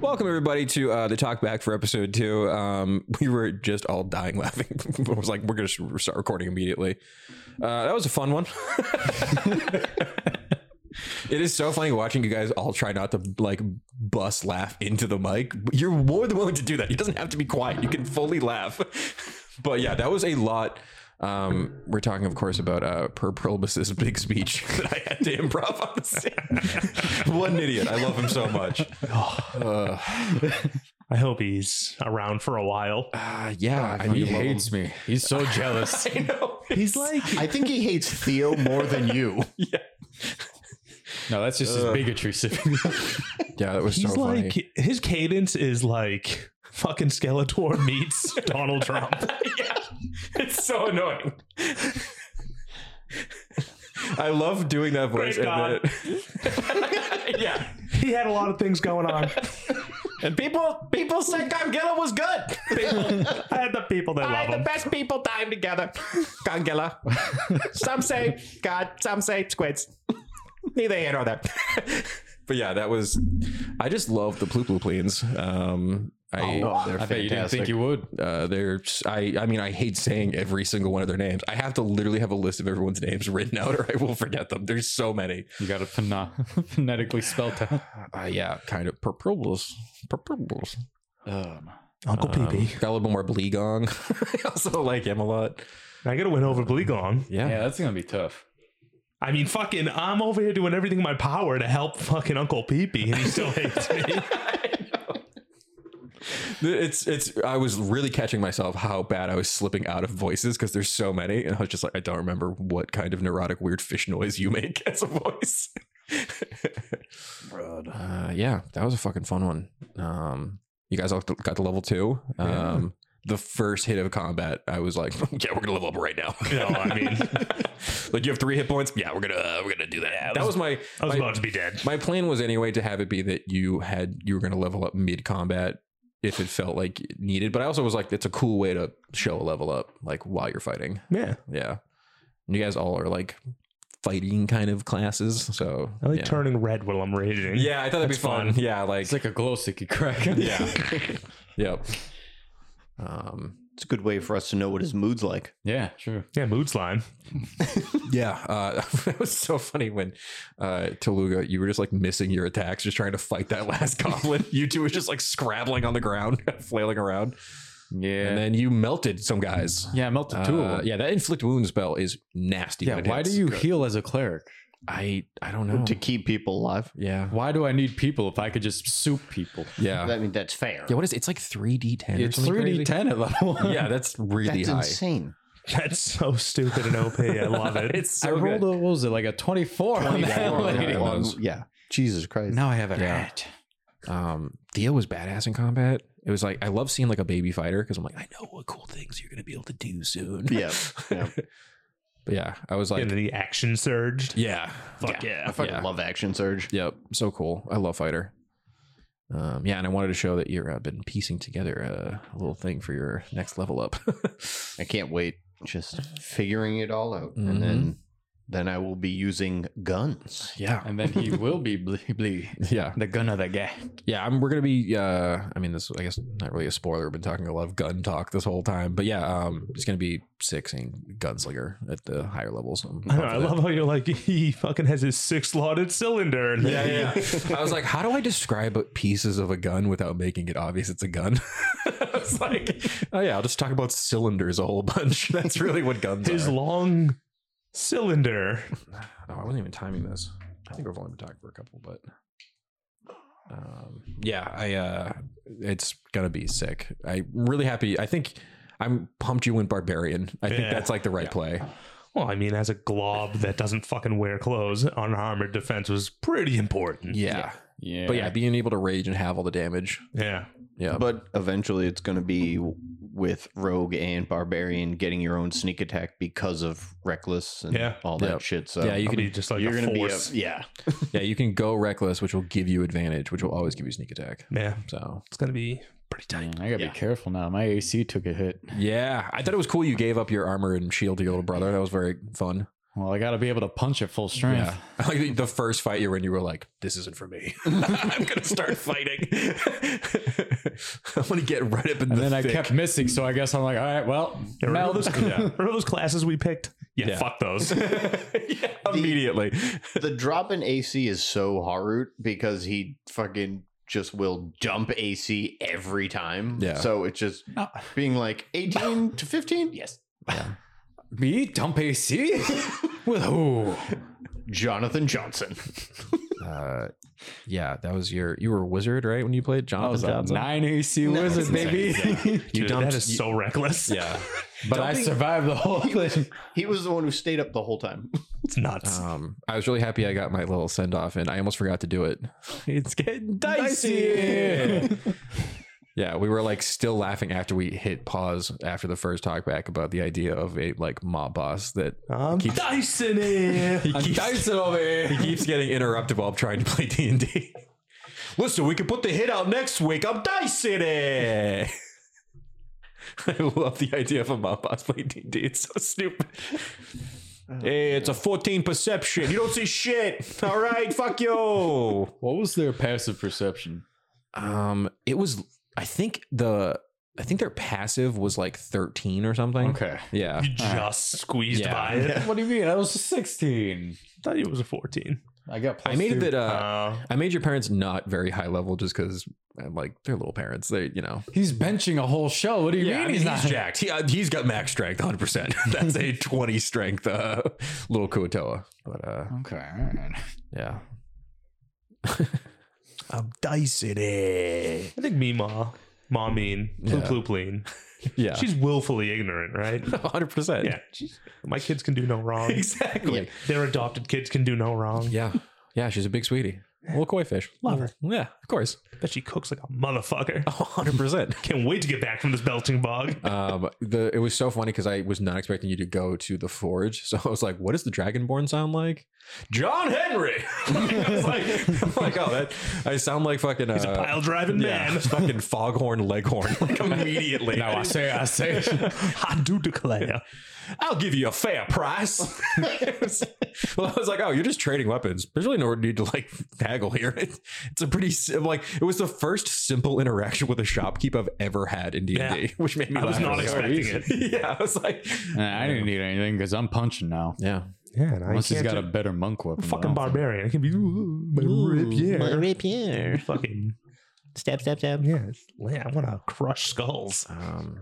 welcome everybody to uh, the talk back for episode two. Um, we were just all dying laughing. I was like, we're gonna start recording immediately. Uh, that was a fun one. it is so funny watching you guys all try not to like bust laugh into the mic. You're more than willing to do that. It doesn't have to be quiet. You can fully laugh. But yeah, that was a lot. Um, we're talking, of course, about uh, Per Prolibus's big speech that I had to improv on the scene. what an idiot! I love him so much. Uh, I hope he's around for a while. uh, yeah, I he mean, hates me. He's so jealous. I know. He's like, I think he hates Theo more than you. No, that's just his bigotry sipping. Oh, Yeah, that was he's so funny. like, his cadence is like fucking Skeletor meets Donald Trump. it's so annoying. I love doing that voice. Great God. then- yeah. He had a lot of things going on. And people people said Gangela was good. People, I had the people that love him. best people time together. Gangela. Some say God, some say squids. Neither here nor there. but yeah, that was I just love the Ploop Ploop Um I, they're I bet you didn't think fantastic. you would. Uh, they're I I mean I hate saying every single one of their names. I have to literally have a list of everyone's names written out, or I will forget them. There's so many. You got it phon- phonetically spelled out. Uh, yeah, kind of purples, purples. Um, Uncle Um, Pee got a little bit more Bleegong. I also like him a lot. I got to win over Bleegong. yeah. that's gonna be tough. I mean, fucking, I'm over here doing everything in my power to help fucking Uncle Pee Pee, and he still hates me. It's it's. I was really catching myself how bad I was slipping out of voices because there's so many, and I was just like, I don't remember what kind of neurotic weird fish noise you make as a voice. uh, yeah, that was a fucking fun one. Um, you guys all got to level two. Um, the first hit of combat, I was like, yeah, we're gonna level up right now. no, I mean, like you have three hit points. Yeah, we're gonna uh, we're gonna do that. that was my I was my- about to be dead. my plan was anyway to have it be that you had you were going to level up mid combat if it felt like it needed. But I also was like, it's a cool way to show a level up, like while you're fighting. Yeah, Yeah, and you guys all are like fighting kind of classes, so I like yeah. turning red while I'm raging. Yeah, I thought that'd be fun. fun. Yeah, like, It's like a glow stick you crack. Yeah. yep. Um. It's a good way for us to know what his mood's like. yeah, true. yeah, mood slime. Yeah. Uh, it was so funny when uh, Toluga, you were just like missing your attacks, just trying to fight that last goblin. You two was just like scrabbling on the ground, flailing around. Yeah. And then you melted some guys. yeah, melted two Uh, of them. yeah, that inflict wound spell is nasty. Yeah, when it why do hits. you heal as a cleric? I I don't know. Mm. To keep people alive. Yeah, Why do I need people if I could just soup people? yeah, I mean, that's fair. yeah. What is it? it's like three d ten? It's three D ten at level one. Yeah, that's really that's high. insane. That's so stupid and OP. I love it. It's I so rolled good. a what was it like a twenty four on that 24 lady. on- yeah. Jesus Christ. Now I have an Yeah. edge. Um, Theo was badass in combat. It was like I love seeing like a baby fighter because I'm like I know what cool things you're gonna be able to do soon. Yeah. yeah. but yeah, I was like, and then he action surged. yeah, Fuck yeah. I fucking Yeah. love Action Surge. Yep. So cool. I love Fighter. Um, yeah, and I wanted to show that you've uh, been piecing together uh, a little thing for your next level up. I can't wait. Just figuring it all out. Mhm. Mm-hmm. And then then I will be using guns. yeah. And then he will be blee blee. Yeah. The gun of the guy. Yeah. I'm, we're going to be, uh, I mean, this, I guess, not really a spoiler. We've been talking a lot of gun talk this whole time. But yeah, um, it's going to be sixing gunslinger at the higher levels. I'm I, know, pumped I for that. love how you're like he fucking has his six slotted cylinder. And Yeah, yeah. yeah. I was like, how do I describe pieces of a gun without making it obvious it's a gun? it's like, oh yeah, I'll just talk about cylinders a whole bunch. That's really what guns his are. long cylinder. Oh, I wasn't even timing this. I think we've only been talking for a couple, but um, yeah, I uh, it's gonna be sick. I'm really happy. I think I'm pumped. You went barbarian. I think Yeah. that's like the right play. Well, I mean, as a glob that doesn't fucking wear clothes, unarmored defense was pretty important. Yeah. Yeah. but yeah, being able to rage and have all the damage. Yeah. Yeah, But eventually it's going to be with Rogue and Barbarian getting your own sneak attack because of Reckless and Yeah. all that Yep. shit. So yeah, you I'll can be just like you're a going to be a, force. yeah. yeah you can go reckless, which will give you advantage, which will always give you sneak attack. yeah. So It's gonna be pretty I tight. gotta Yeah. be careful now. My AC took a hit. yeah, I thought it was cool. You gave up your armor and shield to your little brother. That was very fun. Well, I got to be able to punch at full strength. Yeah. I like the- the first fight you're in, you were like, this isn't for me. I'm going to start fighting. I'm going to get right up in And the then I thick. kept missing, so I guess I'm like, all right, well, Yeah, remember, meld. those, remember those classes we picked? Yeah, Yeah. fuck those. Yeah, immediately. the drop in AC is so hard because he fucking just will jump AC every time. Yeah. So it's just Uh, No. being like 18 to 15? Yes. Me dump AC with who? Jonathan Johnson. Uh, yeah, that was your. You were a wizard, right? When you played I was Jonathan a Johnson. nine AC No, it's wizard, baby. Dude, dumped- that is so reckless. yeah. but I Dumping- survived the whole thing. He was the one who stayed up the whole time. It's nuts. Um, I was really happy I got my little send off, and I almost forgot to do it. It's getting Dicey. yeah, we were like still laughing after we hit pause after the first talk back about the idea of a like mob boss that I'm keeps- Dyson it. he keeps, Dyson over here. keeps getting interrupted while I'm trying to play D and D. Listen, we can put the hit out next week. I'm dicing it. I love the idea of a mob boss playing D and D. It's so stupid. Hey, it's a 14 perception. You don't see shit. All right, fuck you. What was their passive perception? Um, it was. I think the. I think their passive was like 13 or something. Okay. Yeah. You just squeezed Yeah. by it. What do you mean? I was 16. I thought it was a 14. I got. I plus made it two. that. Uh, Uh, I made your parents not very high level just because. I'm like they're little parents. They, you know, He's benching a whole show. What do you Yeah, I mean mean, he's not? jacked. He, uh, he's got max strength, 100%. That's a 20 strength uh, little Kuotoa. But uh, Okay. All right. yeah. I'm dicing it. I think Mima, Ma mean, Plu Yeah. Plu Pleen. Yeah. She's willfully ignorant, right? 100%. Yeah. she's- my kids can do no wrong. Exactly. Their adopted kids can do no wrong. Yeah. Yeah, she's a big sweetie. Little koi fish. Love her. Yeah, of course. Bet she cooks like a motherfucker. 100%. Can't wait to get back from this belching bog. um the it was so funny because i was not expecting you to go to the forge so i was like what does the dragonborn sound like john henry i was like, I'm like oh that i sound like fucking uh, He's a pile driving yeah, man. fucking foghorn leghorn like immediately Now I say, I say, I do declare. i'll give you a fair price well i was like oh you're just trading weapons there's really no need to like haggle here It- it's a pretty sim- like it was the first simple interaction with a shopkeep i've ever had in d&d Yeah. which made me I was laugh not really hard. expecting it. yeah i was like Nah, I didn't need anything because I'm punching now. yeah Yeah, and I Unless he's can't got a do- better monk weapon. fucking but I don't barbarian. It can be ooh, my rip, yeah, Rapier. fucking Stab, stab, stab. yeah. it's- yeah, I want to crush skulls. um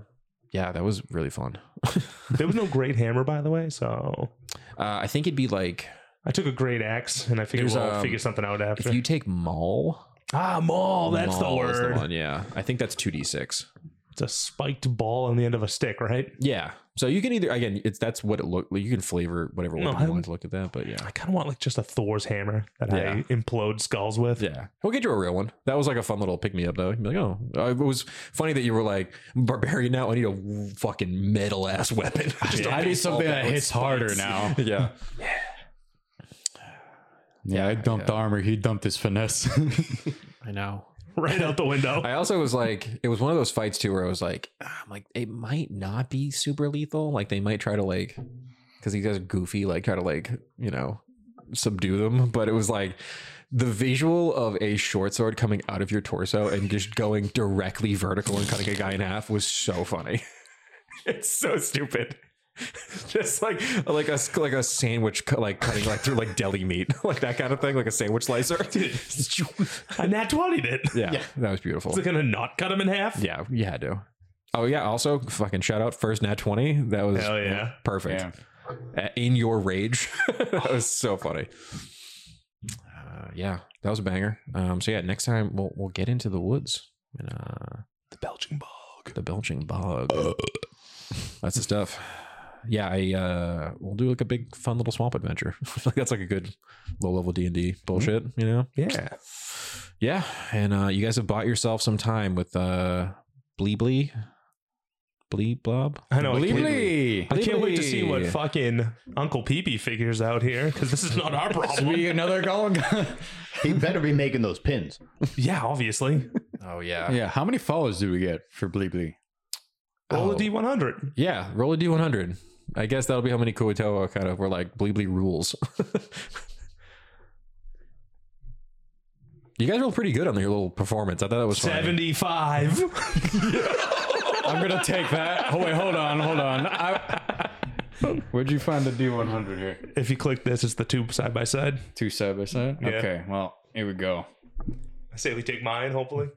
yeah that was really fun uh, There was no great hammer, by the way, so Uh, i think it'd be like I took a great axe and I figured There's, we'll um, figure something out if after. you take maul ah, maul. That's the Maul is word. one, yeah i think that's 2d6 it's a spiked ball on the end of a stick, right? yeah so you can either again it's that's what it looked like you can flavor whatever No, weapon I'm- you want to look at that but yeah I kind of want like just a Thor's hammer that Yeah. I implode skulls with. yeah we'll get you a real one that was like a fun little pick me up though You'd be like oh Uh, it was funny that you were like barbarian now i need a fucking metal ass weapon Just know. a I need baseball something bat that with hits harder spikes. now. yeah Yeah, I dumped armor. He dumped his finesse. i know Right out the window. I also was like, it was one of those fights too where I was like, ah, I'm like, it might not be super lethal. Like they might try to like, because these guys are goofy, like try to like, you know, subdue them. But it was like the visual of a short sword coming out of your torso and just going directly vertical and cutting a guy in half was so funny. it's so stupid. Just like like a like a sandwich cut- like cutting like through like deli meat like that kind of thing like a sandwich slicer. I nat 20 it. yeah, that was beautiful. Is it gonna not cut him in half? Yeah, you had to. Oh yeah, also fucking shout out first nat twenty. That was Hell yeah. perfect. yeah. Uh, In your rage, that was so funny. Uh, yeah, that was a banger. Um, so yeah, next time we'll we'll get into the woods and uh, The belching bog. the belching bog. That's the stuff. Yeah, I uh, we'll do like a big fun little swamp adventure. I feel like that's like a good low level D and D bullshit. You know. Yeah. Yeah, and uh, you guys have bought yourself some time with uh, Bleebly, Blee Blob. I know. I can't- Bleebly. I can't wait to see what Bleebly. fucking Uncle Peepee figures out here because this is not our problem. Be another gong. He better be making those pins. yeah, obviously. Oh yeah, yeah. How many followers do we get for Bleebly? Oh. Roll a D100. yeah. Roll a d one hundred. I guess that'll be how many Kuotoa kind of were like Bleebly rules. you guys were pretty good on your little performance. I thought that was funny. 75. I'm gonna take that. Oh wait, hold on, hold on. I, where'd you find the D100 here? if you click this, it's the two side by side. Two side by side. Okay, well here we go. I say we take mine, hopefully.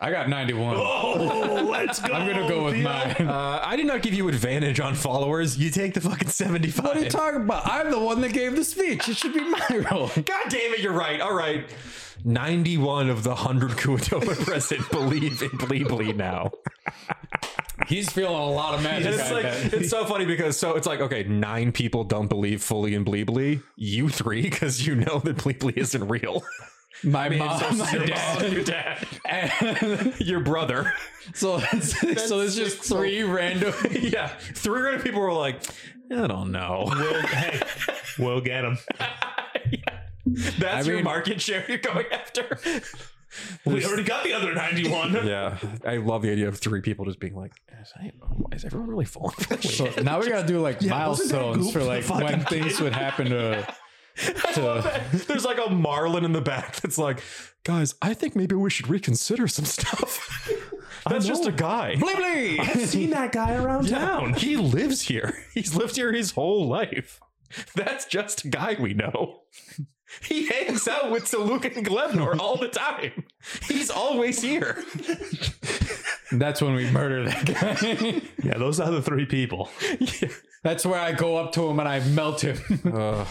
I got 91. Oh, let's go. I'm gonna go with Theo. mine. Uh, I did not give you advantage on followers. You take the fucking 75. What are you talking about? I'm the one that gave the speech. It should be my role. God damn it, you're right. All right. 91 of the 100 Kuotoa present believe in Blee Blee now. He's feeling a lot of magic. And it's I like bet. it's so funny because so it's like okay, nine people don't believe fully in Blee Blee. You three because you know that Blee Blee isn't real. my mom, so my serious. dad, your dad, and your brother. so it's, so there's just three random. yeah, three random people were like, I don't know. We'll, hey, we'll get him. That's I your mean- market share you're going after. We already got the other 91. yeah, I love the idea of three people just being like, "Is I- why is everyone really falling for this So shit? now we gotta do like wasn't that milestones Goop for the like fucking when things would happen to. to There's like a Marlin in the back that's like, guys, I think maybe we should reconsider some stuff. That's just a guy. I've seen that guy around town. He lives here. He's lived here his whole life. That's just a guy we know. He hangs out with Saluk and Glebnor all the time. He's always here. that's when we murder that guy. Yeah, those are the three people. that's where I go up to him and I melt him. all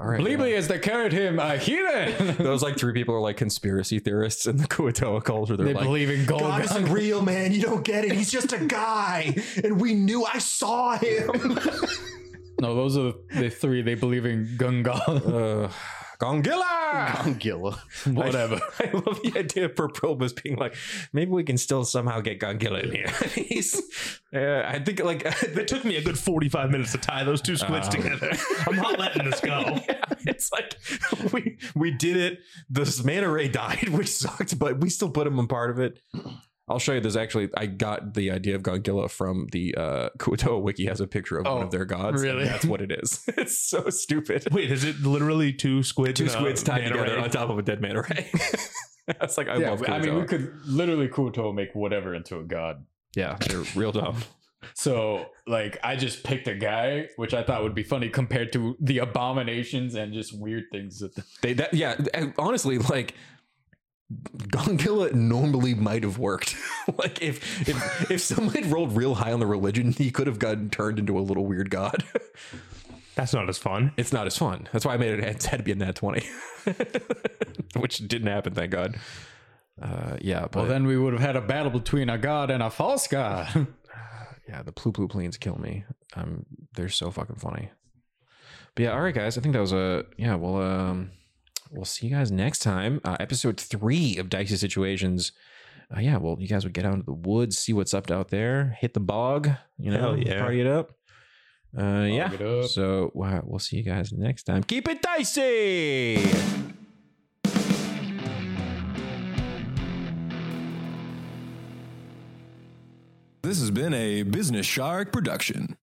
right. Bleebly is that carried him a hero. Those like three people are like conspiracy theorists in the Kuotoa culture. They're They like, believe in gold. God isn't real, man. You don't get it. He's just a guy. And we knew I saw him. No, those are the three. They believe in Gungal. Uh, Gongilla! Gongilla. Whatever. I, I love the idea of Perprobus being like, maybe we can still somehow get Gongilla in here. He's, uh, I think like It took me a good 45 minutes to tie those two squids together. I'm not letting this go. it's like we we did it. This manta ray died, which sucked, but we still put him on part of it. I'll show you. There's actually I got the idea of Gongilla from the uh, Kuotoa wiki has a picture of one Oh, of their gods. and really? that's what it is. It's so stupid. Wait, is it literally two squids? Two and a squids tied manta together ray? on top of a dead manta ray. That's like I yeah, love. Kuotoa. I mean, we could literally Kuto make whatever into a god. yeah, they're real dumb. So, like, I just picked a guy, which I thought would be funny compared to the abominations and just weird things. That the- They that yeah, and honestly, like Gongilla normally might have worked. like if if if someone had rolled real high on the religion, he could have gotten turned into a little weird god. That's not as fun. it's not as fun. That's why I made it, it had to be a nat twenty, which didn't happen. Thank God. Uh, yeah, but well, then we would have had a battle between a god and a false god. yeah, the plu plu planes kill me. Um, they're so fucking funny. But yeah, all right, guys. I think that was a yeah. Well, um, we'll see you guys next time. Uh, episode three of Dicey Situations. Uh, yeah, well, you guys would get out into the woods, see what's up out there, hit the bog, you know, Hell yeah. party it up. Uh, it yeah. up. So wow, we'll see you guys next time. Keep it dicey. This has been a Business Shark production.